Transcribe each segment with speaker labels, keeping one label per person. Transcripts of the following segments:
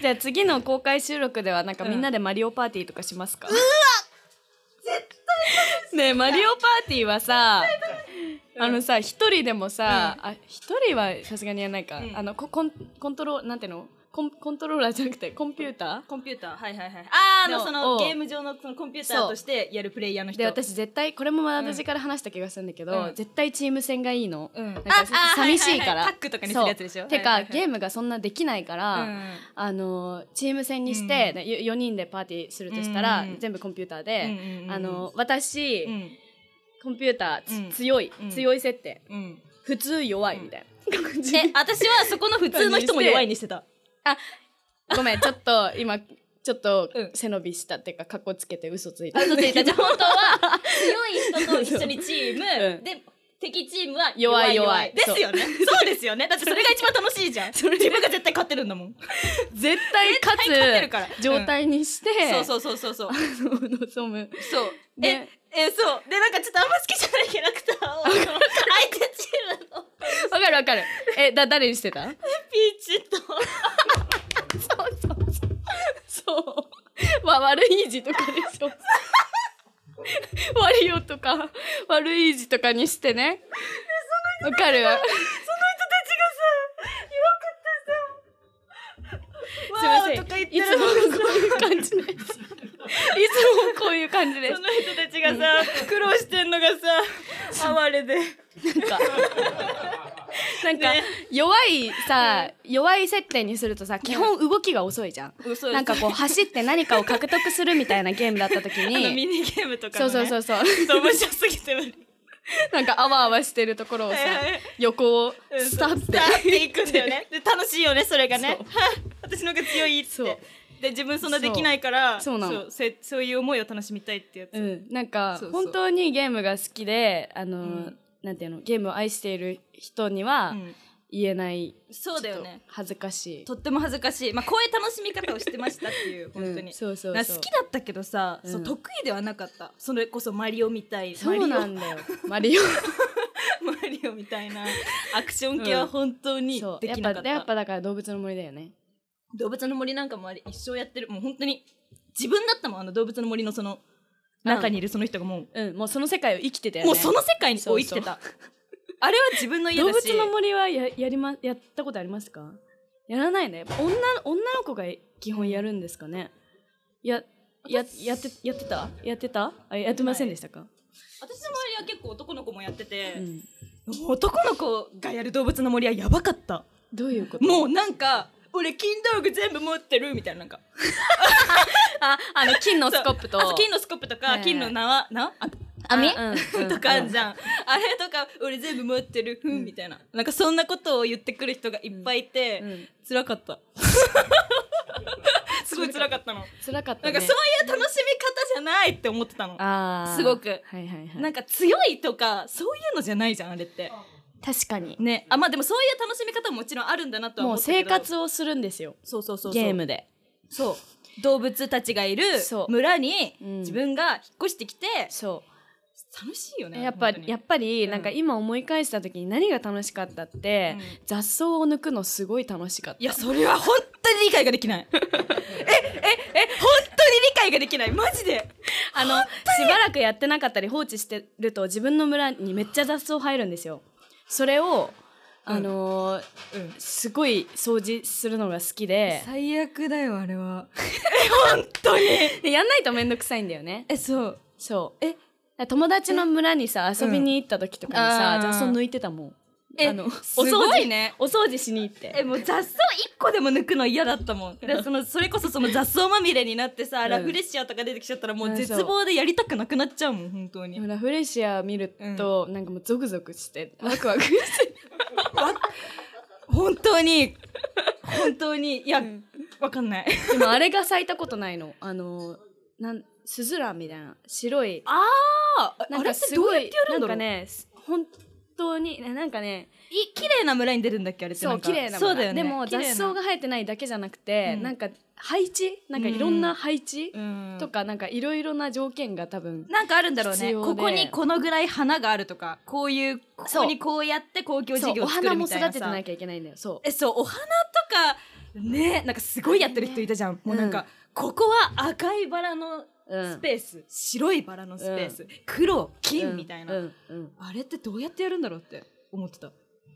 Speaker 1: じゃあ次の公開収録ではなんかみんなでマリオパーティーとかしますか、ねえマリオパーティーはさあのさ一人でもさあ一、人はさすがにやらないか、
Speaker 2: うん
Speaker 1: あのココンコントローなんていうのコンコントローラーじゃなくてコンピュータ
Speaker 2: コンピューターはいはいはいあーあの
Speaker 1: の
Speaker 2: その
Speaker 1: を
Speaker 2: ゲーム上のそのコンピューターとしてやるプレイヤーの
Speaker 1: ー
Speaker 2: 人
Speaker 1: で私絶対これもまだ私から話した気がするんだけど、
Speaker 2: うん
Speaker 1: 絶対チーム戦がいいの、
Speaker 2: う
Speaker 1: な
Speaker 2: ん
Speaker 1: ん
Speaker 2: あ
Speaker 1: か
Speaker 2: あ
Speaker 1: 寂しいから、
Speaker 2: はははタックとかにするやつでしょ
Speaker 1: そうてか、
Speaker 2: はいはいはい
Speaker 1: ゲームがそんなできないから、
Speaker 2: うん
Speaker 1: あのチーム戦にして、
Speaker 2: うん
Speaker 1: でよ4人でパーティーするとしたら、
Speaker 2: うん
Speaker 1: 全部コンピューター
Speaker 2: うん
Speaker 1: で、
Speaker 2: うんうん
Speaker 1: あの私、
Speaker 2: うん
Speaker 1: コンピューターつ、
Speaker 2: うん
Speaker 1: 強い、
Speaker 2: うん
Speaker 1: 強い設定
Speaker 2: うん
Speaker 1: 普通弱いみたいな感じ、
Speaker 2: え 私はそこの普通の人も弱いにして た
Speaker 1: ごめんちょっと今ちょっと
Speaker 2: うん
Speaker 1: 背伸びしたっていうかかっこつけて嘘ついた
Speaker 2: 嘘つい たじゃあ本当は強い人と一緒にチーム、
Speaker 1: うん
Speaker 2: で敵チームは
Speaker 1: 弱い
Speaker 2: 弱
Speaker 1: 弱
Speaker 2: い弱
Speaker 1: い
Speaker 2: いですよね そうですよねだって それが一番楽しいじゃん自分が絶対勝ってるんだも ん
Speaker 1: 絶対
Speaker 2: 絶対勝って
Speaker 1: 勝
Speaker 2: るから
Speaker 1: つ状態にして、
Speaker 2: そうそうそうそうそう
Speaker 1: あの 望む
Speaker 2: そうえ
Speaker 1: で
Speaker 2: えそうでなんかちょっとあんま好きじゃないキャラクターをその相手チームの
Speaker 1: わかるわかるえだ誰にしてた
Speaker 2: ピーチと
Speaker 1: そうそうそうそうまあ悪い字とかでしょ悪いよとか悪い字とかにしてねわかるす
Speaker 2: すい
Speaker 1: いません。
Speaker 2: とか言
Speaker 1: い
Speaker 2: ってる
Speaker 1: つもこういう感じです。いつもこういう感じで
Speaker 2: その人たちがさ、苦労してんのがさ哀れで
Speaker 1: す。なんか、なんか
Speaker 2: ね
Speaker 1: 弱いさ、弱い設定にするとさ、基本動きが遅いじゃん。
Speaker 2: 嘘
Speaker 1: なんかこう走って何かを獲得するみたいなゲームだった時
Speaker 2: あの
Speaker 1: に、
Speaker 2: ミニゲームとか
Speaker 1: そ
Speaker 2: の、
Speaker 1: う
Speaker 2: ね、
Speaker 1: そうそうそう、
Speaker 2: ちょっと面白すぎて無理
Speaker 1: なんかあわあわしてるところをさ
Speaker 2: はいはい、
Speaker 1: 横を
Speaker 2: うん
Speaker 1: スタッて
Speaker 2: 伝わっていくんだよねで楽しいよねそれがね
Speaker 1: そう
Speaker 2: はっ私の方が強いっ
Speaker 1: そう
Speaker 2: てで自分そんなできないから
Speaker 1: そうそうなの
Speaker 2: そうせそういう思いを楽しみたいってやつ、
Speaker 1: うん、なんか
Speaker 2: そうそう
Speaker 1: 本当にゲームが好きで、あの、
Speaker 2: ん
Speaker 1: なんていうの、ゲームを愛している人には
Speaker 2: うん
Speaker 1: 言えない。
Speaker 2: そうだよね
Speaker 1: ちょっと恥ずかしい。
Speaker 2: とっても恥ずかしいまあこういう楽しみ方をしてましたっていう本当
Speaker 1: う
Speaker 2: に
Speaker 1: ん、そうそう
Speaker 2: な
Speaker 1: そう
Speaker 2: 好きだったけどさ、
Speaker 1: うん
Speaker 2: そう得意ではなかったそれこそマリオみたい
Speaker 1: そうなんだよマリオ
Speaker 2: マリオマリオ みたいなアクション系は本 当に
Speaker 1: そう
Speaker 2: で
Speaker 1: やっ
Speaker 2: きなか
Speaker 1: ぱ
Speaker 2: った、
Speaker 1: やっぱだから動物の森だよね
Speaker 2: 動物の森なんかもあれ一生やってるもう本当に自分だったもんあの動物の森のその
Speaker 1: うん
Speaker 2: 中にいるその人がもう、
Speaker 1: うんもうその世界を生きてたよね
Speaker 2: もうその世界にこう生きてたあれは自分の家
Speaker 1: 動
Speaker 2: だ
Speaker 1: 物
Speaker 2: し
Speaker 1: の森はややりまやったことありますかやらないねやっぱ女女の子が基本やるんですかねやややってやってたやってたあやってませんでしたか、
Speaker 2: 私の周りは結構男の子もやって
Speaker 1: う
Speaker 2: て、
Speaker 1: ん、
Speaker 2: 男の子がやる動物の森はやばかった
Speaker 1: どういうこと
Speaker 2: もうなんか俺金道具全部持ってるみたいななんか
Speaker 1: ああの金のスコップと
Speaker 2: そうあ金のスコップと
Speaker 1: はい
Speaker 2: か
Speaker 1: はい
Speaker 2: 金の縄なあ
Speaker 1: あ
Speaker 2: 網
Speaker 1: うんうん
Speaker 2: とかあんじゃん、あれとか俺全部持ってるふんみたいななんかそんなことを言ってくる人がいっぱいいて、
Speaker 1: うん
Speaker 2: 辛かった すごい辛かったの
Speaker 1: 辛かった
Speaker 2: なん
Speaker 1: ね
Speaker 2: かそういう楽しみ方じゃないって思ってたの
Speaker 1: あー
Speaker 2: すごく
Speaker 1: はいはいはい
Speaker 2: なんか強いとかそういうのじゃないじゃんあれって
Speaker 1: 確かに
Speaker 2: ねあまあでもそういう楽しみ方ももちろんあるんだなとは
Speaker 1: も
Speaker 2: 思
Speaker 1: う
Speaker 2: ったけ
Speaker 1: 生
Speaker 2: ど
Speaker 1: 活をするんですよ
Speaker 2: そうそうそうそう
Speaker 1: ゲームで
Speaker 2: そう動物たちがいる
Speaker 1: そう
Speaker 2: 村に
Speaker 1: うん
Speaker 2: 自分が引っ越してきて、
Speaker 1: そう
Speaker 2: 楽しいよね
Speaker 1: やっぱ
Speaker 2: 本当に
Speaker 1: やっぱり
Speaker 2: うん
Speaker 1: なんか今思い返した時に何が楽しかったって、
Speaker 2: うん
Speaker 1: 雑草を抜くのすごい楽しかった
Speaker 2: いやそれは本当に理解ができない えええ本当に理解ができないマジで
Speaker 1: あのしばらくやってなかったり放置してると自分の村にめっちゃ雑草入るんですよそれをあのー
Speaker 2: うん
Speaker 1: すごい掃除するのが好きで
Speaker 2: 最悪だよあれはえ本当に
Speaker 1: でやんないとめんどくさいんだよね
Speaker 2: えそう
Speaker 1: そう
Speaker 2: え
Speaker 1: 友達の村にさ遊びに行った時とかにさ、
Speaker 2: うん
Speaker 1: 雑草抜いてたもん
Speaker 2: え
Speaker 1: あの
Speaker 2: す
Speaker 1: お掃除
Speaker 2: ごいね
Speaker 1: お掃除しに行って
Speaker 2: えもう雑草一個でも抜くの嫌だったもんでそのそれこそその雑草まみれになってさ、
Speaker 1: うん
Speaker 2: ラフレシアとか出てきちゃったらも
Speaker 1: う
Speaker 2: うん絶望でやりたくなくなっちゃうもん本当
Speaker 1: で
Speaker 2: に
Speaker 1: もラフレシア見ると、なんかもうゾクゾク してワクワクして
Speaker 2: 本当に 本当にいや、わかんない
Speaker 1: でもあれが咲いたことないの。あの、なん、スズランみたいな、白い。
Speaker 2: ああ
Speaker 1: なん
Speaker 2: あれ
Speaker 1: か
Speaker 2: って
Speaker 1: す
Speaker 2: どう
Speaker 1: ご
Speaker 2: やっ
Speaker 1: い
Speaker 2: てや、る
Speaker 1: なんん
Speaker 2: だろ
Speaker 1: か
Speaker 2: う
Speaker 1: ね、す本当に、ななんかね、
Speaker 2: い綺麗な村に出るんだっけあれって
Speaker 1: そ
Speaker 2: な
Speaker 1: う、
Speaker 2: んか
Speaker 1: 綺麗な
Speaker 2: そうだよね
Speaker 1: でも
Speaker 2: 綺
Speaker 1: 雑
Speaker 2: 麗な
Speaker 1: 草が生えてないだけじゃなくて、
Speaker 2: うん
Speaker 1: なんか配置なんかいろんな配置、
Speaker 2: うん
Speaker 1: とか、なんかいろいろな条件が多分、
Speaker 2: なんかあるんだろう
Speaker 1: 必
Speaker 2: ね
Speaker 1: 要で
Speaker 2: ここにこのぐらい花があるとかこういうここにこうやって公共事
Speaker 1: そう、
Speaker 2: 業
Speaker 1: お
Speaker 2: を作
Speaker 1: 花
Speaker 2: る
Speaker 1: も
Speaker 2: み
Speaker 1: 育
Speaker 2: たいなさ
Speaker 1: ててなきゃいけないんだよ。そう。
Speaker 2: えそうお花とかねなんかすごいやってる人いたじゃん、もうなんか、ここは赤いバラの
Speaker 1: うん
Speaker 2: スペース、白いバラのスペース、黒金みたいな、
Speaker 1: うんうん
Speaker 2: あれってどうやってやるんだろうって思ってた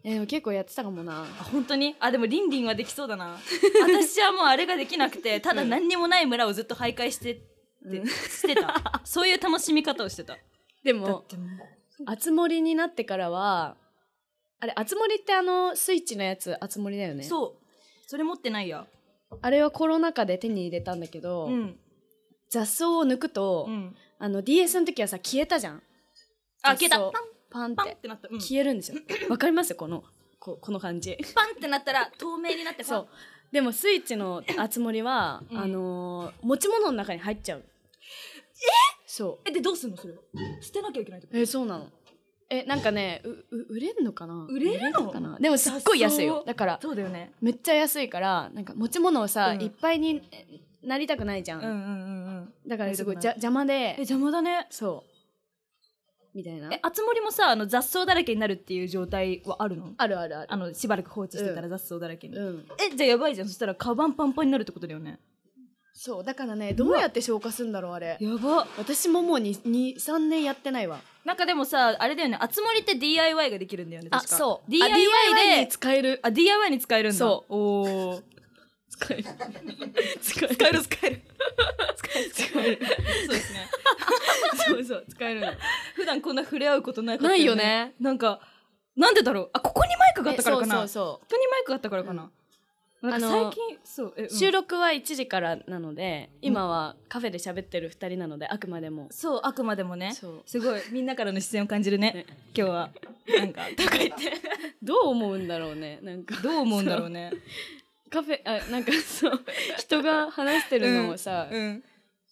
Speaker 1: えでも結構やってたかもな
Speaker 2: あ本当にあでもリンリンはできそうだな 私はもうあれができなくてただ何にもない村をずっと徘徊してって、
Speaker 1: うん
Speaker 2: してたそういう楽しみ方をしてた
Speaker 1: で
Speaker 2: だ
Speaker 1: も
Speaker 2: ても
Speaker 1: あつ森になってからはあれあつ森ってあのスイッチのやつあつ森だよ
Speaker 2: う
Speaker 1: ね
Speaker 2: そうそれ持ってないや
Speaker 1: あれはコロナ禍で手に入れたんだけど、
Speaker 2: うん、
Speaker 1: 雑草を抜くと、
Speaker 2: うん、
Speaker 1: あの DS の時はさ消えたじゃん
Speaker 2: あ消えた
Speaker 1: 雑
Speaker 2: パン
Speaker 1: 草パンって
Speaker 2: パンってなった、うん
Speaker 1: 消えるんですよわかりますこのここの感じ
Speaker 2: パンってなったら透明になってパン
Speaker 1: そうでもスイッチのあつ森は、
Speaker 2: うん
Speaker 1: あのー持ち物の中に入っちゃうえそ
Speaker 2: えでどうすんのそれを捨てなきゃいけないってこ
Speaker 1: うえそうなのえなんかねうう売れんのかな
Speaker 2: 売れるの
Speaker 1: のかなでもすっごい安い
Speaker 2: 雑
Speaker 1: よ
Speaker 2: 草
Speaker 1: だから
Speaker 2: そうだよね
Speaker 1: めっちゃ安いからなんか持ち物をさ、
Speaker 2: うん
Speaker 1: いっぱいにえなりたくないじゃ、
Speaker 2: うんんうんうんうん
Speaker 1: だからすごい
Speaker 2: なり
Speaker 1: じ
Speaker 2: た
Speaker 1: ゃ
Speaker 2: く
Speaker 1: 邪魔
Speaker 2: え
Speaker 1: で
Speaker 2: 邪魔だね
Speaker 1: そうみたいな
Speaker 2: えあつ森もさあの雑草だらけになるっていう状態はあるの
Speaker 1: あるあるある
Speaker 2: あのしばらく放置してたら雑草だらけに、
Speaker 1: うん
Speaker 2: えじゃあやばいじゃんそしたらカバンパンパンになるってことだよね
Speaker 1: そうだからねどうやって消化するんだろうあれ
Speaker 2: やば
Speaker 1: 私ももう23年やってないわ
Speaker 2: なんかでもさあれだよねあつ森って DIY ができるんだよね確か
Speaker 1: DIY
Speaker 2: DIY
Speaker 1: で
Speaker 2: で
Speaker 1: 使える
Speaker 2: あ DIY に使えるんだ
Speaker 1: そう
Speaker 2: おお
Speaker 1: 使える
Speaker 2: 使える使える使える使えるそうですね
Speaker 1: そうそう使 えるの
Speaker 2: 普段こんな触れ合うことなかった
Speaker 1: ないよね
Speaker 2: なんかなんでだろうあここにマイクがあったからかな
Speaker 1: そうそ
Speaker 2: ここにマイクがあったからかな、なんか
Speaker 1: あの
Speaker 2: 最近そうえ、
Speaker 1: う
Speaker 2: うん
Speaker 1: そう収録は1時からなので今はカフェで喋ってる2人なのであくまでも
Speaker 2: そうあくまでもね
Speaker 1: そう
Speaker 2: すごいみんなからの視線を感じるね
Speaker 1: ね
Speaker 2: 今日はなんかとか言って
Speaker 1: どう思うんだろうねなんか
Speaker 2: どう思うんだろうね
Speaker 1: カフェあなんかそう人が話してるのをさ、
Speaker 2: うん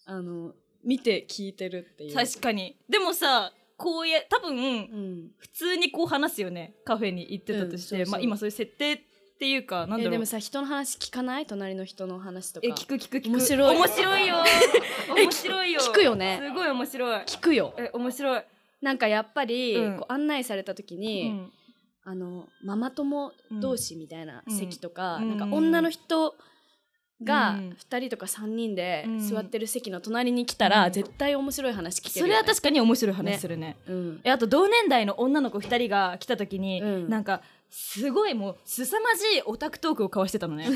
Speaker 1: あの見て聞いてるっていう
Speaker 2: 確かにでもさこうや多分
Speaker 1: うん
Speaker 2: 普通にこう話すよねカフェに行ってたとし
Speaker 1: うんそ
Speaker 2: て、
Speaker 1: うそう
Speaker 2: まあ今そういう設定っていうかなんだ
Speaker 1: え
Speaker 2: ろう
Speaker 1: でもさ人の話聞かない隣の人の話とか
Speaker 2: え聞く聞く聞く
Speaker 1: 面白い
Speaker 2: 面白いよ 面白いよ
Speaker 1: 聞くよね
Speaker 2: すごい面白い
Speaker 1: 聞くよ
Speaker 2: え面白い、
Speaker 1: なんかやっぱり、
Speaker 2: うん
Speaker 1: こう案内された時
Speaker 2: う
Speaker 1: に、
Speaker 2: ん
Speaker 1: あのママ友同士みたいな
Speaker 2: うん
Speaker 1: 席とか、
Speaker 2: うん
Speaker 1: なんか女の人が
Speaker 2: うん
Speaker 1: 2人とか3人で
Speaker 2: うん
Speaker 1: 座ってる席の隣に来たら、
Speaker 2: うん
Speaker 1: 絶対面白い話聞け
Speaker 2: そ
Speaker 1: る
Speaker 2: れ
Speaker 1: よ、
Speaker 2: は
Speaker 1: ね、
Speaker 2: 確かに面白い話するね
Speaker 1: それはうん
Speaker 2: えあと同年代の女の子2人が来た時に、
Speaker 1: うん
Speaker 2: なんかすごいもう凄まじいオタクトークを交わしてたの ねう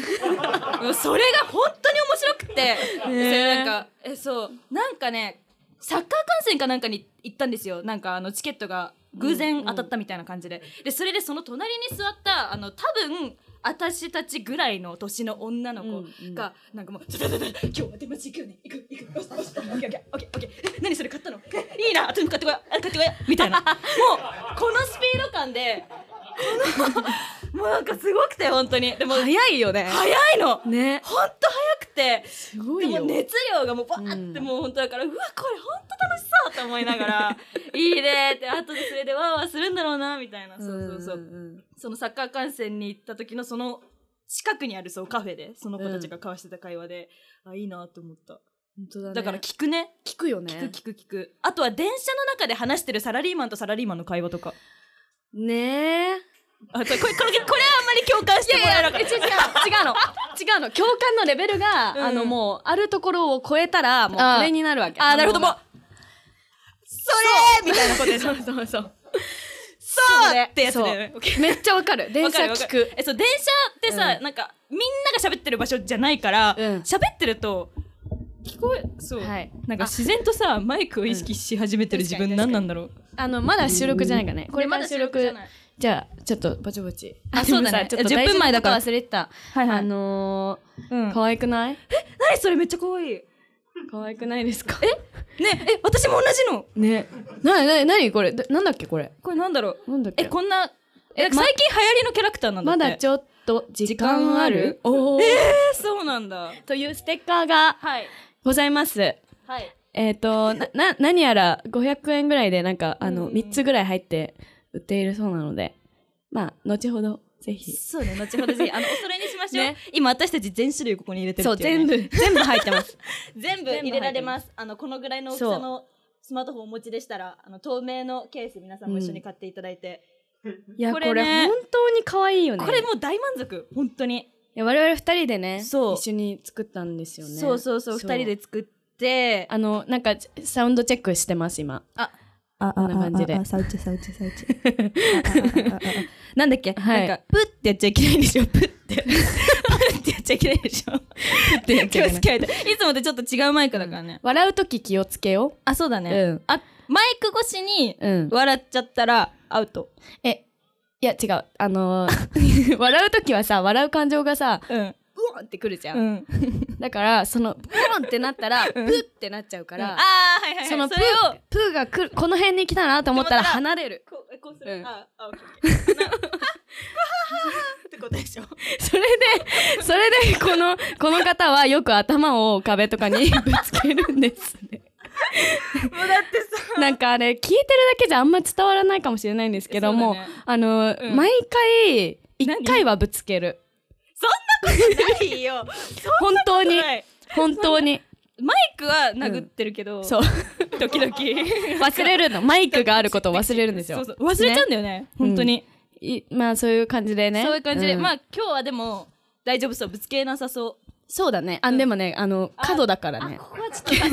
Speaker 2: んそれが本当に面白くて、それなんかえそうなんかねサッカー観戦かなんかに行ったんですよなんかあのチケットが偶
Speaker 1: うんう
Speaker 2: 然
Speaker 1: ん
Speaker 2: 当たったみたいな感じで,、でそれでその隣に座ったあの多分私たちぐらいの年の女の子が、なんかもう「ちょちょちょちょ今日は出待ち行くよね行く行くよしよしオッケーオッケーオッケーオッケー何それ買ったのいいな後に買ってこいあ買ってこい」みたいなもうこのスピード感でこの もうなんかすごくて本当にでも
Speaker 1: 早いよね
Speaker 2: 早いの
Speaker 1: ね
Speaker 2: 本当早くて
Speaker 1: すご
Speaker 2: で
Speaker 1: い
Speaker 2: も
Speaker 1: よ、
Speaker 2: 熱量がもうバーって
Speaker 1: うん
Speaker 2: もう本当だから、うわこれ本当楽しそうと思いながら いいねって後でそれでわーわーするんだろうなみたいなそうそうそう、
Speaker 1: んんん
Speaker 2: そのサッカー観戦に行った時のその近くにあるそうカフェでその子たちが交わしてた会話で、あいいなと思った
Speaker 1: 本当だ,、ね、
Speaker 2: だから聞くね
Speaker 1: 聞くよ
Speaker 2: 聞
Speaker 1: ね
Speaker 2: く聞く聞くあとは電車の中で話してるサラリーマンとサラリーマンの会話とか
Speaker 1: ねえ
Speaker 2: あちょこれこれこれはあんまり共感してもらえなかっ
Speaker 1: 違う違う違うの違うの共感のレベルが、
Speaker 2: うん
Speaker 1: あのもうあるところを超えたらもう
Speaker 2: あー
Speaker 1: これになるわけ
Speaker 2: たあーなるほども
Speaker 1: も
Speaker 2: うそれみたいなことで
Speaker 1: そうそうそう
Speaker 2: そう
Speaker 1: れ
Speaker 2: ってやつだよねオッケー
Speaker 1: めっちゃわかる電
Speaker 2: わ
Speaker 1: 車
Speaker 2: かるわか
Speaker 1: 聞
Speaker 2: る
Speaker 1: く
Speaker 2: えそう電車ってさ、
Speaker 1: う
Speaker 2: なんかみんなが喋ってる場所じゃないから
Speaker 1: うん
Speaker 2: 喋、ってると聞こえそう、
Speaker 1: はい
Speaker 2: なんか自然とさマイクを意識し始めてる自分
Speaker 1: うん
Speaker 2: 何なんだろう
Speaker 1: あのまだ収録じゃないかねこれから収録
Speaker 2: じゃない
Speaker 1: じゃあちょっとぼちぼち
Speaker 2: あそうだね
Speaker 1: でもさちょっと
Speaker 2: 10分
Speaker 1: 大事な
Speaker 2: 前だから
Speaker 1: こと忘れてた
Speaker 2: はいはい
Speaker 1: あの
Speaker 2: うん
Speaker 1: ー、可愛くない
Speaker 2: 何それめっちゃ可愛いね
Speaker 1: 可愛くないですかえ
Speaker 2: え私も同じの
Speaker 1: ねなななにこれだなんだっけこれ
Speaker 2: これなんだろう
Speaker 1: なんだっけ
Speaker 2: えこんな
Speaker 1: え
Speaker 2: えなんか最近流行りのキャラクターなんだっ
Speaker 1: ま
Speaker 2: て
Speaker 1: だちょっと時間
Speaker 2: 間
Speaker 1: あ
Speaker 2: あ
Speaker 1: る
Speaker 2: る
Speaker 1: おー
Speaker 2: えーそうなんだ
Speaker 1: というステッカーが
Speaker 2: はい
Speaker 1: ございます
Speaker 2: はい
Speaker 1: えっ、と、な、な、何やら500円ぐらいで、なんか、あの、
Speaker 2: うん
Speaker 1: 3つぐらい入って売っているそうなので、まあ、後ほど、ぜひ。
Speaker 2: そうね後ほどぜひあのお揃いにしましょう、
Speaker 1: ね
Speaker 2: 今私たち全種類ここに入れてる
Speaker 1: そう、
Speaker 2: ってい
Speaker 1: 全
Speaker 2: ね
Speaker 1: 部、全部入ってます。
Speaker 2: 全部入れられます。あの、このぐらいの大き
Speaker 1: そ
Speaker 2: さ
Speaker 1: う
Speaker 2: のスマートフォンをお持ちでしたら、あの、透明のケース皆さんも一緒に買っていただいて。
Speaker 1: いや、こ
Speaker 2: こ
Speaker 1: れ,、
Speaker 2: れね
Speaker 1: 本当に可愛いよね。
Speaker 2: これもう大満足本当に。
Speaker 1: や我々二人でね
Speaker 2: そう
Speaker 1: 一緒に作ったんですよね
Speaker 2: そうそうそう二人で作って
Speaker 1: あのなんかサウンドチェックしてます今
Speaker 3: あ
Speaker 1: こんな感じで
Speaker 3: あああサウチサウチサウチああああああ
Speaker 2: なんだっけ、
Speaker 1: はい
Speaker 2: なんかプッてやっちゃいけないんでしょプッてプッてやっちゃいけないでしょ
Speaker 1: ってやっちゃいけない
Speaker 2: 気をつけないといつもとちょっと違うマイクだからね、
Speaker 1: 笑う時気をつけよ
Speaker 2: あそうだ
Speaker 1: う、
Speaker 2: ね、
Speaker 1: うん
Speaker 2: あマイク越しに
Speaker 1: うん
Speaker 2: 笑っちゃったらアウト
Speaker 1: えいや違うあのー笑う時はさ笑う感情がさ
Speaker 2: うん
Speaker 1: うわんってくるじゃん、
Speaker 2: うん
Speaker 1: だからそのブーンってなったらプッってなっちゃうから、
Speaker 2: ああはいはい、はい、
Speaker 1: そのプ
Speaker 2: れを
Speaker 1: ープーがくるこの辺に来たなと思ったら
Speaker 2: と思った
Speaker 1: 離れる
Speaker 2: こうこうす
Speaker 1: る
Speaker 2: ああオッケーオッケーなはははってことでしょ
Speaker 1: それでそれでこのこの方はよく頭を壁とかに ぶつけるんですね
Speaker 2: もうだってさ
Speaker 1: なんかあれ聞いてるだけじゃあんま伝わらないかもしれないんですけども、
Speaker 2: そうだね
Speaker 1: あの、
Speaker 2: うん
Speaker 1: 毎回
Speaker 2: 何
Speaker 1: 一回はぶつける
Speaker 2: ないよ
Speaker 1: 本当に
Speaker 2: はい
Speaker 1: 本当に
Speaker 2: マイクは殴ってるけど、
Speaker 1: そう
Speaker 2: 時々
Speaker 1: 忘れるのマイクがあることを忘れるんですよ
Speaker 2: そうそう忘れちゃうんだよね本当に、
Speaker 1: いまあそういう感じでね
Speaker 2: そういう感じで、
Speaker 1: ん
Speaker 2: まあ今日はでも大丈夫そうぶつけなさそう
Speaker 1: そうだねあ、でもねあの
Speaker 2: あ
Speaker 1: 角だからね
Speaker 2: ここはちょっ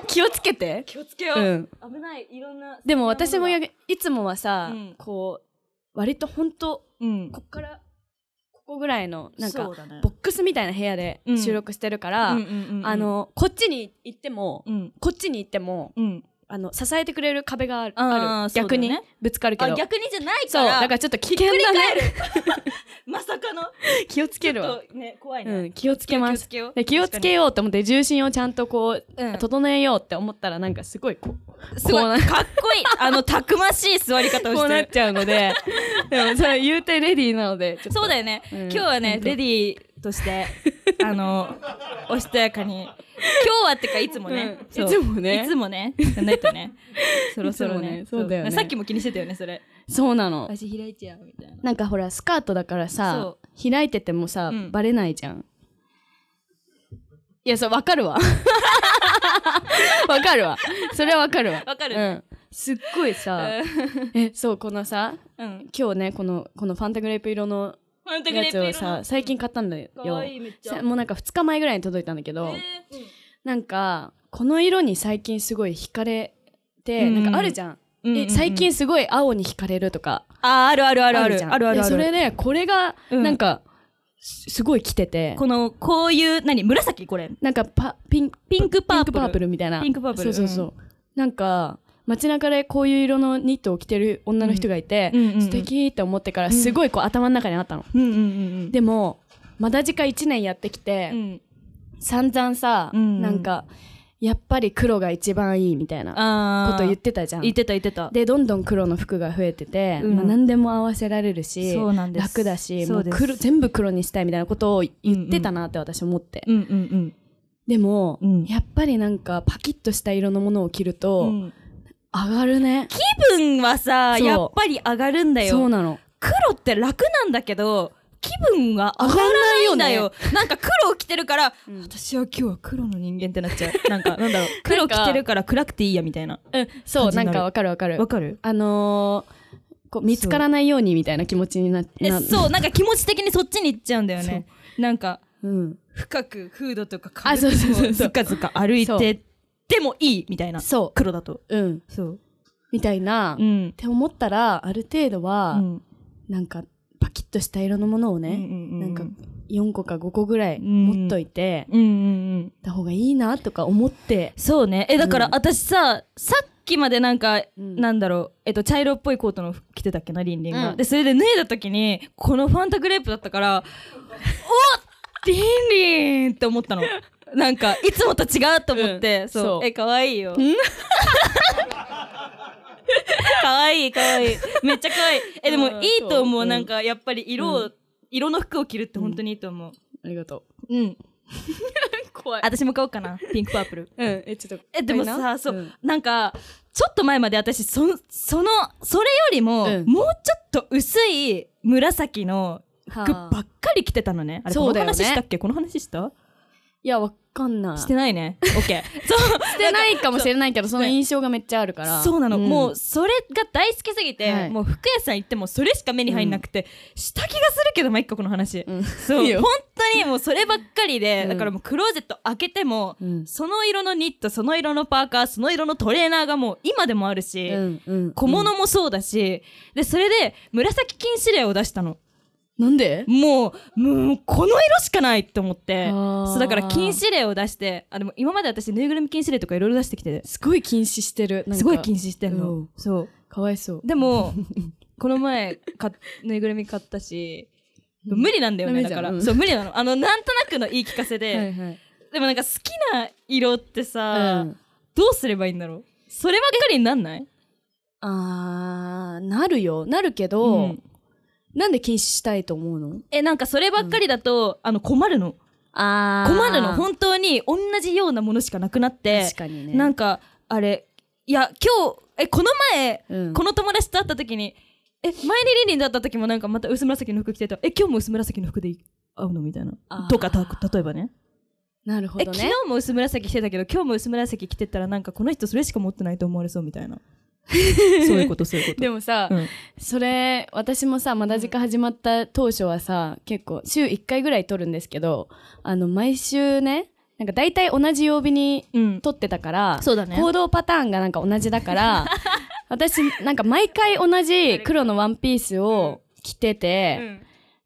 Speaker 2: と
Speaker 1: 気をつけて
Speaker 2: 気をつけよ
Speaker 1: うん
Speaker 2: 危ないいろんな
Speaker 1: でも私もや
Speaker 2: げ
Speaker 1: いつもはさ、
Speaker 2: うん
Speaker 1: こう割とほんと
Speaker 2: うん
Speaker 1: こっからここぐらいのなんか
Speaker 2: そうだね
Speaker 1: ボックスみたいな部屋で
Speaker 2: うん
Speaker 1: 収録してるから、
Speaker 2: うんうんうんうん
Speaker 1: あのこっちに行っても、
Speaker 2: うん
Speaker 1: こっちに行っても
Speaker 2: うん
Speaker 1: あの支えてくれる壁がある
Speaker 2: あー
Speaker 1: ある
Speaker 2: そうだ
Speaker 1: 逆
Speaker 2: よね
Speaker 1: にぶつかるけ
Speaker 2: あ
Speaker 1: ど
Speaker 2: 逆にじゃない
Speaker 1: そ
Speaker 2: か
Speaker 1: う
Speaker 2: ら
Speaker 1: だからちょっと危険だね
Speaker 2: まさかの
Speaker 1: 気をつけるわ
Speaker 2: ちょっとね怖いうね、
Speaker 1: ん、気をつけます
Speaker 2: 気をつけよう
Speaker 1: で気をつけようと思って重心をちゃんとこう、
Speaker 2: うん
Speaker 1: 整えようって思ったらなんかすごいこう
Speaker 2: すご
Speaker 1: こうない
Speaker 2: かっこいいあのたくましい座り方を
Speaker 1: こ
Speaker 2: し
Speaker 1: うな
Speaker 2: て
Speaker 1: っ
Speaker 2: る
Speaker 1: ちゃうの ででもそれ言うてレディーなのでちょっと
Speaker 2: そうだよね、
Speaker 1: うん
Speaker 2: 今日はねレディーとして あのおしとやかに今日はってかいつもね、
Speaker 1: うん
Speaker 2: そう
Speaker 1: いつもね
Speaker 2: いつもねじゃない とねそろそろ
Speaker 1: い
Speaker 2: ね
Speaker 1: つもねそうだよね
Speaker 2: さっきも気にしてたよねそれ
Speaker 1: そうなの
Speaker 2: 足開いちゃうみたいな
Speaker 1: なんかほらスカートだからさ
Speaker 2: そ
Speaker 1: 開いててもさ、
Speaker 2: うん
Speaker 1: バレないじゃんいやそうわかるわわかるわそれはわかるわ
Speaker 2: わかる
Speaker 1: うん、すっごいさえそうこのさ
Speaker 2: うん
Speaker 1: 今日ねこのこのファンタグレープ色の
Speaker 2: ほんとグレ
Speaker 1: や
Speaker 2: ープ
Speaker 1: つ
Speaker 2: 色
Speaker 1: を
Speaker 2: の
Speaker 1: さ最近買ったんだよ
Speaker 2: かわいいめっちゃ
Speaker 1: さもうなんか2日前ぐらいに届いたんだけ
Speaker 2: え
Speaker 1: ど、
Speaker 2: ー
Speaker 1: なんかこの色に最近すごい惹かれて、
Speaker 2: うん
Speaker 1: なんかあるじゃん、
Speaker 2: うんうんう
Speaker 1: え
Speaker 2: ん
Speaker 1: 最近すごい青に惹かれるとか
Speaker 2: あーあるあるあるある
Speaker 1: じゃん
Speaker 2: あるあるあ
Speaker 1: で
Speaker 2: る
Speaker 1: それでこれが
Speaker 2: うん
Speaker 1: なんかすすごい来てて、
Speaker 2: このこういう何紫これ
Speaker 1: なんかパピン
Speaker 2: ピンクパープ
Speaker 1: ピ
Speaker 2: ル
Speaker 1: ンクパープルみたいな
Speaker 2: ピンクパープル
Speaker 1: そうそうそう、なんか街中でこういう色のニットを着てる女の人がいて、
Speaker 2: うんうんうんうん
Speaker 1: 素敵って思ってからすごいこう頭の中にあったの、
Speaker 2: うんうんうん
Speaker 1: でもまだ時間1年やってきて、
Speaker 2: うん
Speaker 1: 散々さ、
Speaker 2: うんうん
Speaker 1: なんかやっぱり黒が一番いいみたいな
Speaker 2: あ
Speaker 1: こと言っててたじゃん
Speaker 2: 言ってた言ってた
Speaker 1: でどんどん黒の服が増えてて、
Speaker 2: うん
Speaker 1: まあ、何でも合わせられるし
Speaker 2: そうなんです
Speaker 1: 楽だし
Speaker 2: そ
Speaker 1: も
Speaker 2: う
Speaker 1: う
Speaker 2: です
Speaker 1: 黒全部黒にしたいみたいなことを言ってたなって私思って、
Speaker 2: うんうん
Speaker 1: でも、
Speaker 2: うん
Speaker 1: やっぱりなんかパキッとした色のものを着る
Speaker 2: う
Speaker 1: と、
Speaker 2: んうん
Speaker 1: 上がるね
Speaker 2: 気分はさ
Speaker 1: そう
Speaker 2: やっぱり上がるんだ
Speaker 1: そう
Speaker 2: よ
Speaker 1: なの
Speaker 2: 黒って楽なんだけど気分が上がらないんだよなんか黒を着てる から、
Speaker 1: うん
Speaker 2: 私は今日は黒の人間ってなっちゃ うなんかなんだろう黒着てるから暗くていいやみたいな
Speaker 1: うんそう
Speaker 2: 感じ
Speaker 1: な
Speaker 2: になんる
Speaker 1: かわかるわかる
Speaker 2: わかる
Speaker 1: あのーこう見つからないようにみたいな気持ちになって
Speaker 2: えそうなんか気持ち的にそっちに行っちゃうんだよねなんか
Speaker 1: う、うん、
Speaker 2: 深くフードとか
Speaker 1: あそうそうそうそう
Speaker 2: ずかずか歩いてでもいいみたいな
Speaker 1: そ
Speaker 2: 黒だと
Speaker 1: う、うん、
Speaker 2: そう
Speaker 1: みたいな、
Speaker 2: う
Speaker 1: っ
Speaker 2: ん
Speaker 1: て思ったらある程度は、
Speaker 2: うん
Speaker 1: なんかパキッとした色のものを
Speaker 2: うんう
Speaker 1: ね、
Speaker 2: ん
Speaker 1: なんか4個か5個ぐらい
Speaker 2: うん
Speaker 1: 持っといて、
Speaker 2: うんうんうん
Speaker 1: た方がいいなとか思って、
Speaker 2: そうねえだから
Speaker 1: うん
Speaker 2: 私ささっきまでなんか、
Speaker 1: うん
Speaker 2: なんだろうえっと茶色っぽいコートの服着てたっけなリンリンが、
Speaker 1: うん
Speaker 2: でそれで脱いだ時にこのファンタグレープだったからおリンリンって思ったのなんかいつもと違うと思って、
Speaker 1: うん
Speaker 2: そう
Speaker 1: そう
Speaker 2: え可愛いよ 可愛い可愛いめっちゃ可愛いえでも
Speaker 1: うん
Speaker 2: いいと思う、
Speaker 1: そう
Speaker 2: なんかやっぱり色を、
Speaker 1: う
Speaker 2: 色の服を着るって本当にいいと思う
Speaker 1: ありがと
Speaker 2: うん、
Speaker 1: う怖
Speaker 2: 私も買おうかな ピンクパープル
Speaker 1: うんえちょっと
Speaker 2: えでもさそう、
Speaker 1: ん
Speaker 2: なんかちょっと前まで私そそのそれよりも、
Speaker 1: うん
Speaker 2: もうちょっと薄い紫の服ばっ
Speaker 1: はあ
Speaker 2: かり着てたのねあれ
Speaker 1: そうだよ
Speaker 2: こ
Speaker 1: ね
Speaker 2: の話したっけこの話した
Speaker 1: いやわかんない
Speaker 2: してないね。オッケー。そう。
Speaker 1: してないかもしれないけどその印象がめっちゃあるから
Speaker 2: そうなの、
Speaker 1: ん
Speaker 2: もうそれが大好きすぎて、
Speaker 1: はい
Speaker 2: もう服屋さん行ってもそれしか目に入んなくて、した気がするけど毎回この話、
Speaker 1: うん
Speaker 2: そう
Speaker 1: いいよ
Speaker 2: 本当にもうそればっかりで、
Speaker 1: うん
Speaker 2: だからもうクローゼット開けても、
Speaker 1: うん
Speaker 2: その色のニットその色のパーカーその色のトレーナーがもう今でもあるし、
Speaker 1: うんうん
Speaker 2: 小物もそうだし、でそれで紫禁止令を出したの
Speaker 1: なんで
Speaker 2: もうもうこの色しかないって思って
Speaker 1: あー
Speaker 2: そうだから禁止令を出してあでも今まで私ぬいぐるみ禁止令とかいろいろ出してきて
Speaker 1: すごい禁止してる
Speaker 2: すごい禁
Speaker 1: 止
Speaker 2: 止してんの、
Speaker 1: うん
Speaker 2: そう
Speaker 1: かわいそう
Speaker 2: でもこの前かぬいぐるみ買ったし
Speaker 1: うん
Speaker 2: 無理なんだよ
Speaker 1: ダメ
Speaker 2: ねだ
Speaker 1: じゃ
Speaker 2: か
Speaker 1: ん
Speaker 2: ら、
Speaker 1: うん
Speaker 2: そう無理なのあのなんとなくの言い聞かせで、
Speaker 1: はいはい
Speaker 2: でもなんか好きな色ってさ、
Speaker 1: うん
Speaker 2: どうすればいいんだろうそればっかりになんない
Speaker 1: あーなるよなるけど、
Speaker 2: うん
Speaker 1: なんで禁止したいと思うの
Speaker 2: えなんかそればっかりだと、あの困るの
Speaker 1: あ
Speaker 2: 困るの
Speaker 1: ほん
Speaker 2: 本当に同じようなものしかなくなって
Speaker 1: 確かにね
Speaker 2: なんかあれいや今日えこの前、
Speaker 1: うん
Speaker 2: この友達と会った時にえ前にリリンだった時もなんかまた薄紫の服着てたえ今日も薄紫の服で会うのみたいな
Speaker 1: あー
Speaker 2: とかた例えばね
Speaker 1: なるほ
Speaker 2: え
Speaker 1: ど
Speaker 2: 昨
Speaker 1: ね
Speaker 2: 日も薄紫着てたけど今日も薄紫着てたらなんかこの人それしか持ってないと思われそうみた いなそういうことそういうこと
Speaker 1: でもさ、
Speaker 2: うん
Speaker 1: それ私もさまだ時間始まった当初はさ結構週1回ぐらい撮るんですけどあの毎週ねなんか大体同じ曜日に
Speaker 2: うん
Speaker 1: 撮ってたから、
Speaker 2: そうだね
Speaker 1: 行動パターンがなんか同じだから 私なんか毎回同じ黒のワンピースを着てて、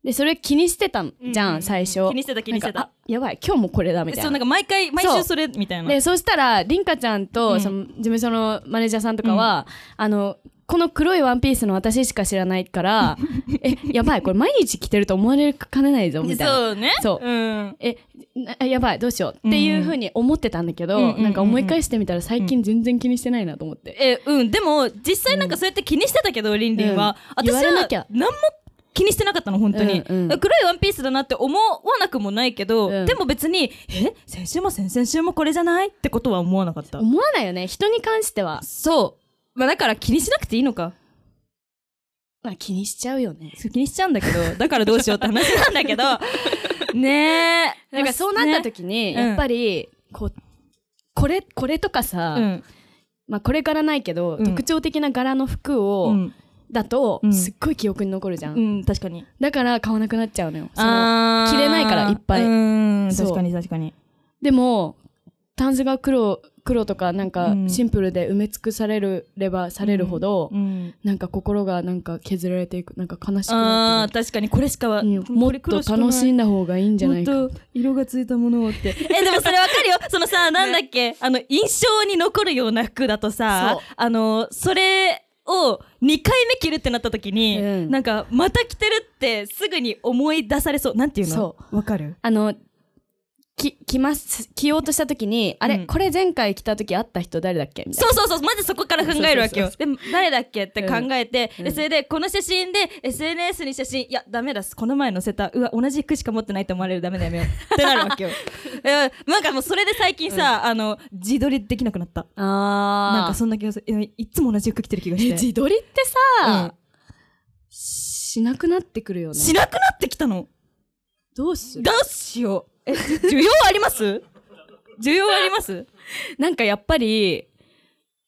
Speaker 1: でそれ気にしてたんじゃん、
Speaker 2: うんうんうん
Speaker 1: 最初
Speaker 2: 気にしてた気にしてた
Speaker 1: なんかあやばい今日もこれだみたいな
Speaker 2: そうなんか毎回毎週それみたいな
Speaker 1: でそうしたら凛花ちゃんと、
Speaker 2: うん
Speaker 1: その事務所のマネージャーさんとかは、あのこの黒いワンピースの私しか知らないから えやばいこれ毎日着てると思われかねないぞみたいな。
Speaker 2: そうね
Speaker 1: そ
Speaker 2: うん
Speaker 1: えなやばいどうしようっていうふうに思ってたんだけど、
Speaker 2: うんうんうんうん
Speaker 1: なんか思い返してみたら最近全然気にしてないなと思って、
Speaker 2: えうんでも実際なんかそうやって気にしてたけど、リンリンは、
Speaker 1: うん
Speaker 2: 私は
Speaker 1: 言われなきゃ
Speaker 2: 何も気にしてなかったの本当に、
Speaker 1: うんうん
Speaker 2: 黒いワンピースだなって思わなくもないけど、
Speaker 1: うん
Speaker 2: でも別にえ先週も先々週もこれじゃないってことは思わなかった
Speaker 1: 思わないよね人に関しては、
Speaker 2: そう、まあ、だから気にしなくていいのか
Speaker 1: まあ、気にしちゃうよね
Speaker 2: そう気にしちゃうんだけ どだからどうしようって話なんだけ どねえ
Speaker 1: なんかそうなった、時に、
Speaker 2: ね
Speaker 1: やっぱりこうこれこれとかさ、
Speaker 2: ね
Speaker 1: まあ、これ柄ないけど、
Speaker 2: うん
Speaker 1: 特徴的な柄の服を、
Speaker 2: うん
Speaker 1: だと、
Speaker 2: うん
Speaker 1: すっごい記憶に残るじゃん、
Speaker 2: うん、確かに
Speaker 1: だから買わなくなっちゃうのよその
Speaker 2: あー
Speaker 1: 着れないからいっぱい
Speaker 2: うん
Speaker 1: そう
Speaker 2: 確かに確かに
Speaker 1: でもタンスが黒黒とかなんか
Speaker 2: うん
Speaker 1: シンプルで埋め尽くされるればされるほど、
Speaker 2: うん
Speaker 1: なんか心がなんか削られていくなんか悲しくな
Speaker 2: あ
Speaker 1: って
Speaker 2: ー確かにこれしかは、
Speaker 1: くる、うんもっと楽しんだ方がいいんじゃないか
Speaker 2: もっと色がついたものをって えでもそれわかるよそのさなんだっけ、あの印象に残るような服だとさ
Speaker 1: そう
Speaker 2: あのそれを2回目着るってなった時に、
Speaker 1: うん
Speaker 2: なんかまた着てるってすぐに思い出されそうなんていうの
Speaker 1: そう
Speaker 2: わかる
Speaker 1: あのき着ます着ようとした時にあれ、
Speaker 2: うん
Speaker 1: これ前回着た時会った人誰だっけみたいな
Speaker 2: そうそうそうまずそこから考えるわけよ
Speaker 1: そう
Speaker 2: で誰だっけって考えて、
Speaker 1: うん
Speaker 2: でそれでこの写真で SNS に写真いやダメだこの前載せたうわ同じ服しか持ってないと思われるダメだやめよ うってなるわけよ、えーなんかもうそれで最近さ、あの自撮りできなくなった
Speaker 1: あ
Speaker 2: なんかそんな気がするいやいつも同じ服着てる気が
Speaker 1: え
Speaker 2: して
Speaker 1: 自撮りって
Speaker 2: うん
Speaker 1: さ、しなくなってくるよね
Speaker 2: しなくなってきたの
Speaker 1: どうする
Speaker 2: どうしようえ需要あります需要あります
Speaker 1: なんかやっぱり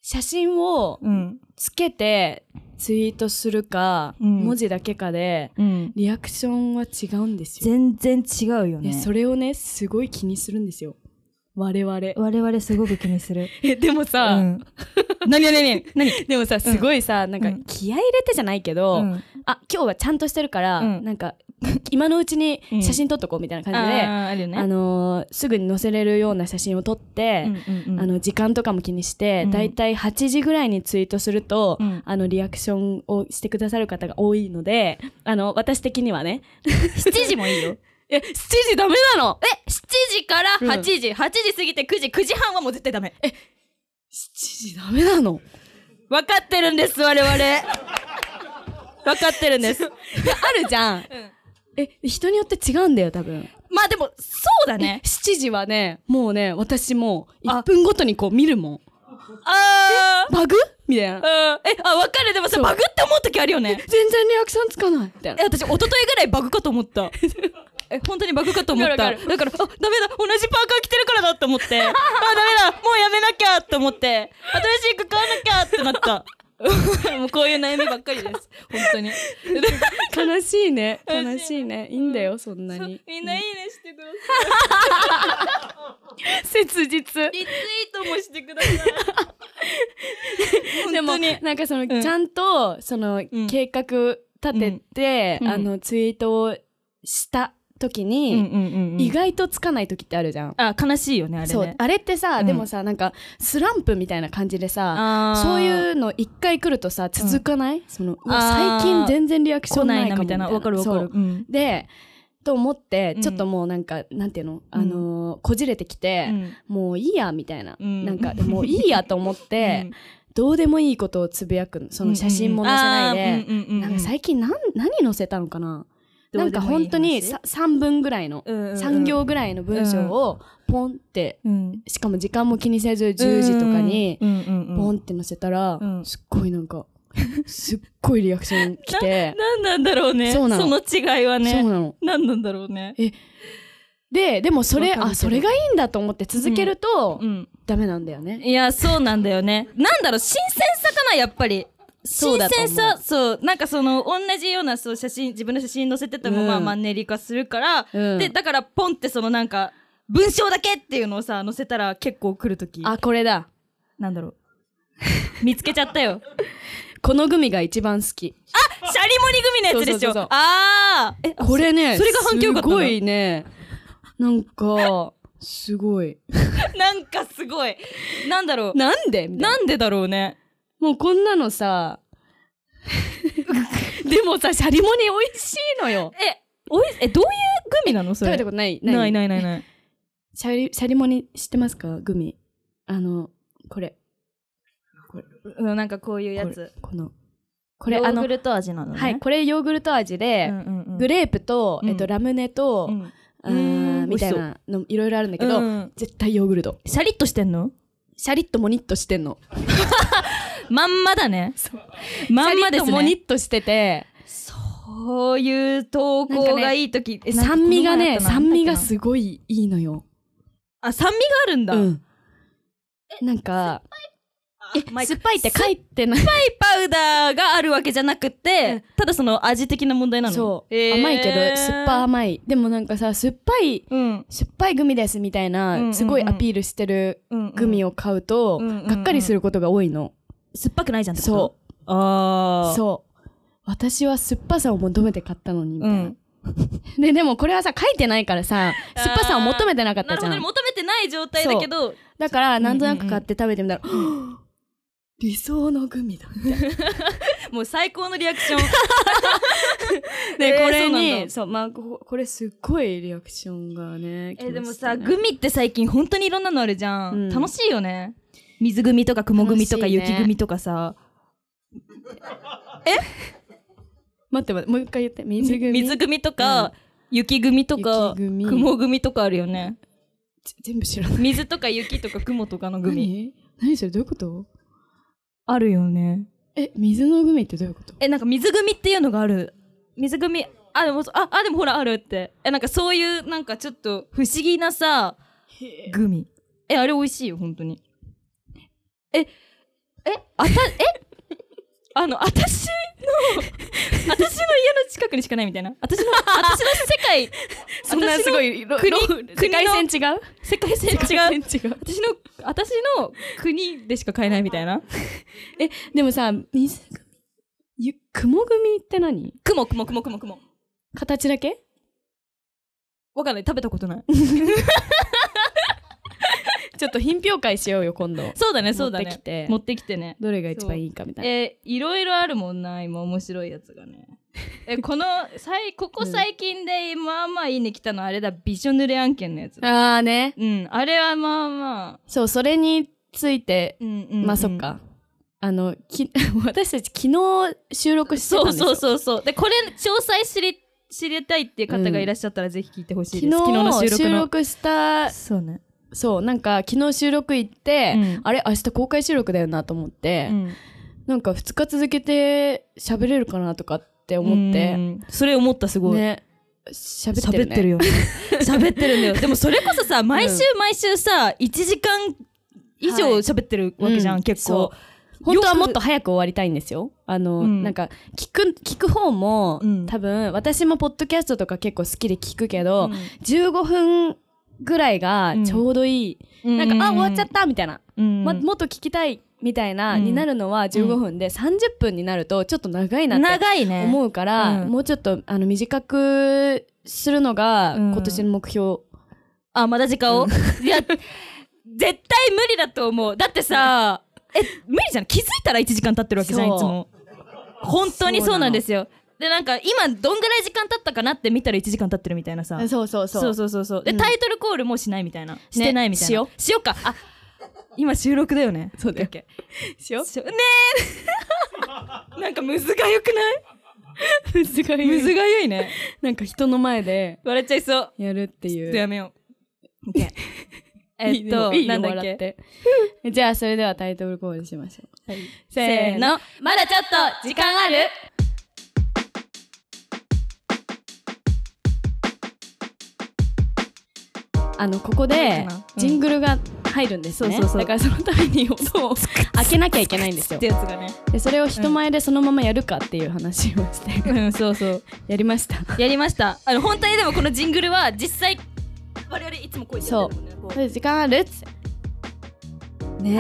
Speaker 1: 写真を
Speaker 2: うん
Speaker 1: つけてツイートするか、
Speaker 2: うん
Speaker 1: 文字だけかで
Speaker 2: うん
Speaker 1: リアクションは違うんですよ、
Speaker 2: 全然違うよ
Speaker 1: でそれをねすごい気にするんですよ我々
Speaker 2: 我々すごく気にする
Speaker 1: えでもさ、
Speaker 2: うん、何何何何
Speaker 1: でもさすごいさ、なんか
Speaker 2: うん
Speaker 1: 気合い入れてじゃないけど、
Speaker 2: うん
Speaker 1: あ今日はちゃんとしてるから、
Speaker 2: うん
Speaker 1: なんか今のうちに
Speaker 2: うん
Speaker 1: 写真撮っとこうみたいな感じで、
Speaker 2: あーあるよね
Speaker 1: あのーすぐに載せれるような写真を撮って、
Speaker 2: うんうんうん
Speaker 1: あの時間とかも気にして、
Speaker 2: うん
Speaker 1: だいたい8時ぐらいにツイートすると、
Speaker 2: うん
Speaker 1: あのリアクションをしてくださる方が多いのであの私的にはね
Speaker 2: 7時も いいよ
Speaker 1: え7時ダメなの
Speaker 2: え7時から8時、8時過ぎて9時9時半はもう絶対ダメえ
Speaker 1: 7時ダメなの
Speaker 2: 分かってるんです我 々分かってるんです
Speaker 1: いや あるじゃん、え人によって違うんだよ多分
Speaker 2: まあでもそうだね
Speaker 1: 7時はねもうね私もう1分ごとにこう見るもん
Speaker 2: あー
Speaker 1: バグみたいな
Speaker 2: うんえあ分かるでもさ
Speaker 1: そう
Speaker 2: バグって思う時あるよね
Speaker 1: 全然リアクションつかないみたい
Speaker 2: え
Speaker 1: な
Speaker 2: 私一 昨日ぐらいバグかと思ったえ本当にバグかと思った
Speaker 1: わか
Speaker 2: だ
Speaker 1: るわ
Speaker 2: からあダメだ同じパーカー着 って、あ、ダメだもうやめなきゃと思って、新しい服買わなきゃって なった。もうこういう悩みばっかりです。本当に。
Speaker 1: 悲しいね悲しいねいいんだよそんなに
Speaker 2: みんないいねしてください。
Speaker 1: 切実
Speaker 2: リツイートもしてください。
Speaker 1: でも
Speaker 2: 本当に
Speaker 1: なんかその、
Speaker 2: ん
Speaker 1: ちゃんとその、
Speaker 2: うん
Speaker 1: 計画立てて、
Speaker 2: うんうん
Speaker 1: あのツイートをした時に、意外とつかない時ってあるじゃん。
Speaker 2: あ、悲しいよね、あれね。
Speaker 1: そうあれってさ、
Speaker 2: うん
Speaker 1: でもさなんかスランプみたいな感じでさ
Speaker 2: あー
Speaker 1: そういうの一回来るとさ続かない、そのうわ
Speaker 2: あー
Speaker 1: 最近全然リアクショ
Speaker 2: 来
Speaker 1: ン
Speaker 2: な
Speaker 1: ないい
Speaker 2: な
Speaker 1: かも
Speaker 2: みたいな。わかるわか
Speaker 1: そ
Speaker 2: る
Speaker 1: う。
Speaker 2: うん
Speaker 1: でと思って
Speaker 2: うん
Speaker 1: ちょっともうなんか、なんていうの、あのーこじれてき
Speaker 2: う
Speaker 1: て、
Speaker 2: ん
Speaker 1: もういいやみたいな、
Speaker 2: うん
Speaker 1: なんかでもういいやと思 って、どうでもいいことをつぶやくのその写真も載せないで、なんか最近なん何載せたのかな
Speaker 2: どう
Speaker 1: なん
Speaker 2: でも
Speaker 1: か
Speaker 2: いい話
Speaker 1: 本当にさ3分ぐらいの、3行ぐらいの文章をポンって、しかも時間も気にせず10時とかにポ
Speaker 2: ポ
Speaker 1: ンって載せたら、
Speaker 2: うん
Speaker 1: すっごいなんかすっごいリアクション来て、
Speaker 2: 何なんだろうね
Speaker 1: そ
Speaker 2: そう
Speaker 1: なの
Speaker 2: の違いは
Speaker 1: そう
Speaker 2: ね
Speaker 1: なの。
Speaker 2: 何なんだろうね
Speaker 1: ででもそれ
Speaker 2: わかるけど
Speaker 1: あそれがいいんだと思って続けると、
Speaker 2: うん
Speaker 1: ダメなんだよね。
Speaker 2: いやそうなんだよね なんだろう新鮮さかなやっぱり
Speaker 1: そ
Speaker 2: 新
Speaker 1: うだと思う
Speaker 2: 鮮さそうなんかその同じようなそう写真自分の写真載せてても、
Speaker 1: うん
Speaker 2: まあマンネリ化するから、
Speaker 1: うん
Speaker 2: でだからポンってそのなんか文章だけっていうのをさ載せたら結構来るとき
Speaker 1: あこれだ
Speaker 2: なんだろう見つけちゃったよ
Speaker 1: このグミが一番好き。
Speaker 2: シャリモリ組のやつでし
Speaker 1: そうそうそ
Speaker 2: ょ
Speaker 1: うそう
Speaker 2: あーえ
Speaker 1: これね
Speaker 2: それが反響良かった
Speaker 1: す
Speaker 2: な
Speaker 1: ごいねなんかすごい
Speaker 2: なんかすごいなんだろう
Speaker 1: なんでみたいな
Speaker 2: なんでだろうね
Speaker 1: もうこんなの さでもさシャリモニ美味しいのよ
Speaker 2: えおいえどういうグミなのそ
Speaker 1: 食
Speaker 2: れ
Speaker 1: べたことない
Speaker 2: ない
Speaker 1: い
Speaker 2: ないないない
Speaker 1: シャリシャリモニ知ってますかグミあのこれ
Speaker 2: うん なんかこういうやつ
Speaker 1: このこ
Speaker 2: こ
Speaker 1: れ
Speaker 2: ヨ
Speaker 1: あ
Speaker 2: ー
Speaker 1: の
Speaker 2: グルト味なのね
Speaker 1: はいこれヨーグルト味で、グ
Speaker 2: レ
Speaker 1: レープと、
Speaker 2: うん
Speaker 1: えっと、ラムネと、
Speaker 2: うん
Speaker 1: あー
Speaker 2: うん
Speaker 1: みたいなのいろいろあるんだけど、
Speaker 2: うん
Speaker 1: 絶対ヨーグルト
Speaker 2: シャリッとしてんの
Speaker 1: シャリッとモニッとしてんの
Speaker 2: まんまだねまんまで
Speaker 1: シャリ
Speaker 2: す
Speaker 1: ッとモニ
Speaker 2: ね
Speaker 1: ッとしてて
Speaker 2: そういう投稿がいいときえなんか
Speaker 1: 酸味がね
Speaker 2: この前あったな
Speaker 1: 酸味が
Speaker 2: なんだっけ
Speaker 1: すごいいいのよ。
Speaker 2: なあ酸味があるんだ
Speaker 1: うん、なんかえ
Speaker 2: マイク
Speaker 1: 酸っぱいって書いてない
Speaker 2: パウダーがあるわけじゃなくてただその味的な問題なの
Speaker 1: そう、
Speaker 2: へー
Speaker 1: 甘いけど酸っぱ甘いでもなんかさ酸っぱい
Speaker 2: うん
Speaker 1: 酸っぱいグミですみたいな、
Speaker 2: うんうんうん
Speaker 1: すごいアピールしてる
Speaker 2: うん
Speaker 1: グミ
Speaker 2: を
Speaker 1: を買うと、
Speaker 2: うんうんうん
Speaker 1: がっかりすることが多いの、
Speaker 2: 酸っぱくないじゃんってこと
Speaker 1: そ
Speaker 2: ああ
Speaker 1: そう私は酸っぱさを求めて買ったのにみたいな、
Speaker 2: ん
Speaker 1: ででもこれはさ書いてないからさ
Speaker 2: あー
Speaker 1: 酸っぱさを求めてなかっ
Speaker 2: な
Speaker 1: た
Speaker 2: る
Speaker 1: じ
Speaker 2: ほ
Speaker 1: ゃ
Speaker 2: ど
Speaker 1: ん
Speaker 2: ね求めてない状態だけど
Speaker 1: だからなんとなく買って食べてみたら、はぁ理想のグミだ
Speaker 2: もう最高のリアク ション
Speaker 1: で、
Speaker 2: えー
Speaker 1: これ
Speaker 2: そうなん
Speaker 1: に
Speaker 2: だ
Speaker 1: そうまあここれすっごいリアクションがね
Speaker 2: えで
Speaker 1: 来
Speaker 2: も
Speaker 1: ました
Speaker 2: さ
Speaker 1: ね
Speaker 2: グミって最近本当にいろんなのあるじゃん、
Speaker 1: うん
Speaker 2: 楽しいよね水グミとか雲グミとか
Speaker 1: 楽しいね
Speaker 2: 雪グミとかさ、
Speaker 1: 待って待ってもう一回言って水グミ
Speaker 2: 水グミとか、
Speaker 1: うん
Speaker 2: 雪グミとか
Speaker 1: 雪グミ
Speaker 2: 雲グミとかあるよね
Speaker 1: ち全部知らない
Speaker 2: 水とか雪とか雲とかのグミ
Speaker 1: 何何それどういうこと
Speaker 2: あるよね
Speaker 1: え水のグミってどういうこと
Speaker 2: えなんか水組っていうのがある水組あでもああでもほらあるってえなんかそういうなんかちょっと不思議なさグミえあれ美味しいよ本当にええあたえ あの私の私の家の近くにしかないみたいな私の私の世 界
Speaker 1: そんなすごい
Speaker 2: 国
Speaker 1: ろ
Speaker 2: 国の
Speaker 1: 世界線違う
Speaker 2: 世界線
Speaker 1: 世
Speaker 2: 違う
Speaker 1: 界線違う
Speaker 2: 私の私の国でしか買えないみたい な
Speaker 1: でもさ水グミゆ雲グミって何
Speaker 2: 雲雲雲雲雲
Speaker 1: 形だけ
Speaker 2: わかんない食べたことない
Speaker 1: ちょっと品評会しようよ今度
Speaker 2: そうだねそうだ
Speaker 1: 持って
Speaker 2: ね
Speaker 1: きて
Speaker 2: 持ってきてね
Speaker 1: どれが一番いいかみたいな
Speaker 2: えーいろいろあるもんな今面白いやつ がねえこのさいここ最近でまあまあいいね来たのあれだびしょ濡れ案件のやつだ
Speaker 1: ああね
Speaker 2: うんあれはまあまあ
Speaker 1: そうそれについて
Speaker 2: うんうんうん
Speaker 1: まあそっか。あのき 私たち昨日収録してたんで
Speaker 2: そう
Speaker 1: すよ。
Speaker 2: そうそうそうでこれ詳細知り知りたいっていう方がいらっしゃったらぜひ聞いてほしいです、
Speaker 1: 昨日
Speaker 2: の
Speaker 1: 収録
Speaker 2: の
Speaker 1: した
Speaker 2: そうね
Speaker 1: そうなんか昨日収録行って、
Speaker 2: うん
Speaker 1: あれ明日公開収録だよなと思って、
Speaker 2: うん
Speaker 1: なんか2日続けて喋れるかなとかって思って、
Speaker 2: うんそれ思ったすごい、
Speaker 1: ね喋って
Speaker 2: 喋
Speaker 1: る
Speaker 2: っ
Speaker 1: ね
Speaker 2: てるよね喋ってるんだ よでもそれこそさ毎週毎週さ1時間以上喋ってるわけじゃん、
Speaker 1: うん
Speaker 2: 結
Speaker 1: そ
Speaker 2: 構
Speaker 1: 本当は
Speaker 2: よく
Speaker 1: もっと早く終わりたいんですよ。あの、
Speaker 2: うん
Speaker 1: なんか聞く聞く方も、
Speaker 2: うん
Speaker 1: 多分私もポッドキャストとか結構好きで聞くけど、
Speaker 2: うん
Speaker 1: 15分ぐらいがちょうどいい、なんか、あ終わっちゃっ、たみたいな、
Speaker 2: うん
Speaker 1: ま、もっと聞きたいみたいな、
Speaker 2: うん
Speaker 1: になるのは15分で、30分になるとちょっと長いなって
Speaker 2: 長いね
Speaker 1: 思うから、
Speaker 2: うん
Speaker 1: もうちょっとあの短くするのが
Speaker 2: うん
Speaker 1: 今年の目標、
Speaker 2: あ、まだ時間を、いや、絶対無理だと思う。だってさ、え、無理じゃん。気づいたら1時間経ってるわけじゃん、
Speaker 1: そう
Speaker 2: いつも。本当にそうなんですよ。で、なんか、今、どんぐらい時間経ったかなって見たら1時間経ってるみたいなさ。
Speaker 1: そうそうそう
Speaker 2: そうそうそうそう。で、
Speaker 1: うん
Speaker 2: タイトルコールもしないみたいな。してないみたいな。
Speaker 1: しよ
Speaker 2: しようか。あ、今収録だよね。
Speaker 1: そうだよ
Speaker 2: オッケーオッケー
Speaker 1: しよう
Speaker 2: しよねえ なんかむずがよくない
Speaker 1: む ずが
Speaker 2: むずがゆいね。
Speaker 1: なんか人の前で
Speaker 2: 笑っちゃいそう。
Speaker 1: やるって
Speaker 2: ちょ
Speaker 1: い
Speaker 2: っ
Speaker 1: う
Speaker 2: とやめよう。オッケーえ
Speaker 1: いい
Speaker 2: っと、
Speaker 1: いいよ
Speaker 2: なんだっ
Speaker 1: 笑
Speaker 2: け
Speaker 1: て じゃあそれではタイトルコールしましょう、
Speaker 2: せーの、まだちょっと時間ある
Speaker 1: あのここで
Speaker 2: なんかなうん
Speaker 1: ジングルが入るんですね、
Speaker 2: そうそうそう
Speaker 1: だからそのために音を開けなきゃいけないんですよ
Speaker 2: ってやつがね。
Speaker 1: でそれを人前でそのままやるかっていう話をして
Speaker 2: うん、そうそう。
Speaker 1: やりました
Speaker 2: やりました。あの、本当にでもこのジングルは実際、我々いつもこう言ってるもんね。こう
Speaker 1: 時間あるっつって
Speaker 2: はー い。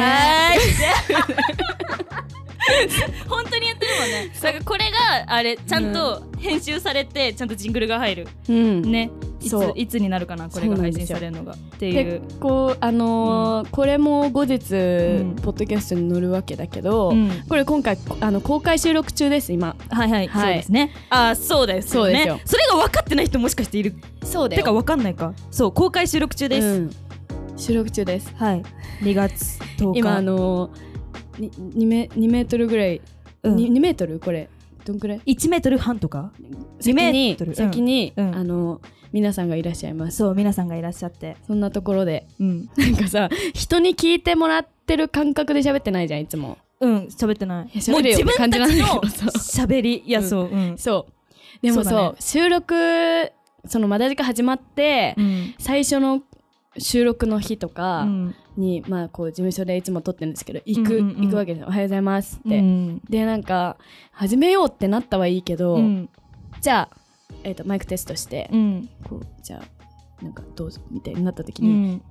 Speaker 2: 本当にやってるもんね。だからこれが、あれ、ちゃんと編集されて、ちゃんとジングルが入る。
Speaker 1: うん
Speaker 2: ね。いつ
Speaker 1: そう、
Speaker 2: いつになるかな、これが配信されるのが。っていう
Speaker 1: 結。構あのーこれも後日、
Speaker 2: ん
Speaker 1: ポッドキャストに載るわけだけど、
Speaker 2: うん
Speaker 1: これ今回あの公開収録中です今
Speaker 2: はいはい、
Speaker 1: はい
Speaker 2: そうですね。あーそうですよね。
Speaker 1: そうです
Speaker 2: それが分かってない人もしかしている。
Speaker 1: そうだ
Speaker 2: てか分かんないか。そう、公開収録中です。
Speaker 1: うん収録中です
Speaker 2: はい。2月10日。
Speaker 1: 今あのー、2, メ2メートルぐらい、
Speaker 2: う
Speaker 1: 二
Speaker 2: ん
Speaker 1: 二メートルこれどんくらい
Speaker 2: 1メートル半とか
Speaker 1: 先に
Speaker 2: 2 m
Speaker 1: 先に、
Speaker 2: うん
Speaker 1: あの皆さんがいらっしゃいます
Speaker 2: そう皆さんがいらっしゃって
Speaker 1: そんなところで
Speaker 2: うん
Speaker 1: なんかさ人に聞いてもらってる感覚で喋ってないじゃんいつも
Speaker 2: うん喋ってない
Speaker 1: いや喋れよって感じなんだけど
Speaker 2: もう自分たちの喋りいやそううん
Speaker 1: そうでもそう
Speaker 2: そうだね
Speaker 1: 収録そのまだ時間始まって、
Speaker 2: うん
Speaker 1: 最初の収録の日と
Speaker 2: う
Speaker 1: か
Speaker 2: ん
Speaker 1: に、まあこう事務所でいつも撮ってるんですけど行く、
Speaker 2: うんうんうん
Speaker 1: 行くわけですよおはようございますって、
Speaker 2: うん
Speaker 1: でなんか始めようってなったはいいけど、
Speaker 2: うん
Speaker 1: じゃあ、えー、とマイクテストして、
Speaker 2: うん
Speaker 1: こうじゃあなんかどうぞみたいになった時
Speaker 2: う
Speaker 1: に
Speaker 2: ん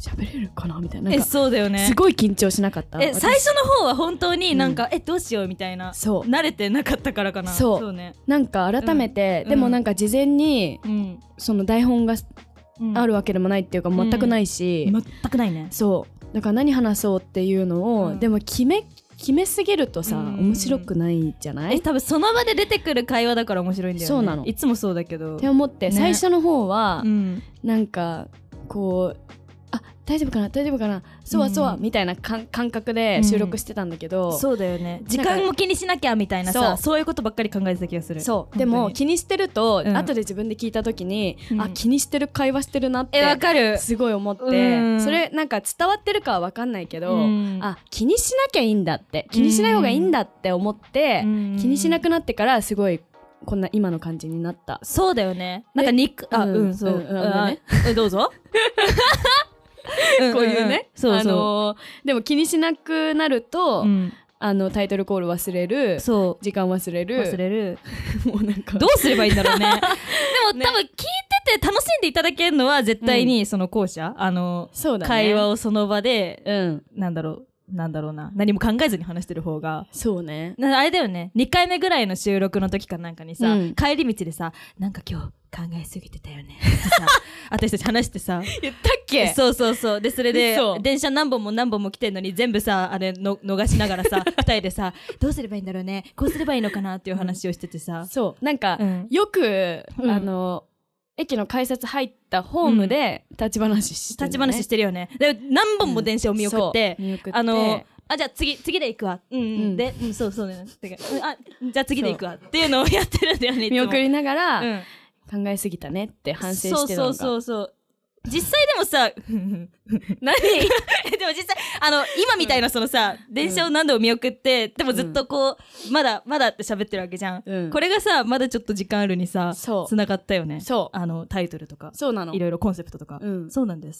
Speaker 1: 喋、れるかなみたいななん
Speaker 2: え
Speaker 1: か
Speaker 2: そうだよね
Speaker 1: すごい緊張しなかった
Speaker 2: え
Speaker 1: 私
Speaker 2: 最初の方は本当になんかえどうしようみたいな
Speaker 1: そう
Speaker 2: 慣れてなかったからかな
Speaker 1: そう
Speaker 2: そうね
Speaker 1: なんか改めて、
Speaker 2: うん
Speaker 1: でもなんか事前に
Speaker 2: うん
Speaker 1: その台本が
Speaker 2: うん
Speaker 1: あるわけでもないっていうか全くないし、
Speaker 2: 全くないね
Speaker 1: そうだから何話そうっていうのを、
Speaker 2: うん
Speaker 1: でも決め決めすぎるとさ、
Speaker 2: うん
Speaker 1: 面白くないじゃない
Speaker 2: え
Speaker 1: っ
Speaker 2: 多分その場で出てくる会話だから面白いんだよね
Speaker 1: そうなの
Speaker 2: いつもそうだけど
Speaker 1: て思って、
Speaker 2: ね
Speaker 1: 最初の方は、
Speaker 2: うん
Speaker 1: なんかこうあ大丈夫かな大丈夫かなそうはそうは、
Speaker 2: うん
Speaker 1: みたいな感感覚で収録してたんだけど、
Speaker 2: そうだよね時
Speaker 1: なん
Speaker 2: 間
Speaker 1: か
Speaker 2: も気にしなきゃみたいなさ
Speaker 1: そう
Speaker 2: そういうことばっかり考えてた気がする
Speaker 1: そう
Speaker 2: 本当に
Speaker 1: でも気にしてると、
Speaker 2: うん
Speaker 1: 後で自分で聞いた時に、
Speaker 2: うん
Speaker 1: あ気にしてる会話してるなって
Speaker 2: えわかる
Speaker 1: すごい思って、
Speaker 2: うん
Speaker 1: それなんか伝わってるかは分かんないけど、
Speaker 2: うん
Speaker 1: あ気にしなきゃいいんだって気にしない方がいいんだって思って、気
Speaker 2: 気
Speaker 1: にしなくなってからすごいこんな今の感じになった
Speaker 2: そうだよねなんか肉あ
Speaker 1: うん
Speaker 2: うんそう
Speaker 1: うんうん
Speaker 2: あ
Speaker 1: ね
Speaker 2: えど うぞ
Speaker 1: こういうね、
Speaker 2: んそう
Speaker 1: あ
Speaker 2: そ
Speaker 1: のーでも気にしなくなると、
Speaker 2: ううん
Speaker 1: あのタイトルコール忘れる
Speaker 2: そう
Speaker 1: 時間忘れる
Speaker 2: 忘れる
Speaker 1: もうなんか
Speaker 2: どうすればいいんだ ろうねでも多分聞いてて楽しんでいただけるのは絶対にその後者あの
Speaker 1: そうだね
Speaker 2: 会話をその場で
Speaker 1: うん
Speaker 2: なんだろうなんだろうな何も考えずに話してる方が
Speaker 1: そうね
Speaker 2: なあれだよね2回目ぐらいの収録の時かなんかにさ、
Speaker 1: うん
Speaker 2: 帰り道でさなんか今日考えすぎてたよねって さ私たち話してさ
Speaker 1: 言ったっけ
Speaker 2: そうそうそうでそれで
Speaker 1: 嘘
Speaker 2: 電車何本も何本も来てんのに全部さあれの逃しなが らさ二人でさどうすればいいんだろうねこうすればいいのかなっていう話をしててさ、
Speaker 1: そうなんか、
Speaker 2: うん
Speaker 1: よく、
Speaker 2: うん
Speaker 1: あの駅の改札入ったホームで立ち話して
Speaker 2: 立ち話してるよねで何本も電車を見送って、
Speaker 1: 見送って
Speaker 2: あのあじゃあ次次で行くわうん、うん
Speaker 1: うん
Speaker 2: で、うん、そうそうだよねてかうんあじゃあ次で行くわっていうのをやってるんだよねいつ
Speaker 1: 見
Speaker 2: も
Speaker 1: 送りながら、
Speaker 2: うん
Speaker 1: 考えすぎたねって反省してたのが
Speaker 2: そうそうそうそう実際でもさ 何でも実際あの今みたいなそのさ、電車を何度も見送ってでもずっとこう、まだまだって喋ってるわけじゃん、
Speaker 1: うん
Speaker 2: これがさまだちょっと時間あるにさ
Speaker 1: そう
Speaker 2: つながったよね
Speaker 1: そう
Speaker 2: あのタイトルとか
Speaker 1: そうなの
Speaker 2: いろいろコンセプトとか、
Speaker 1: うん
Speaker 2: そうなんです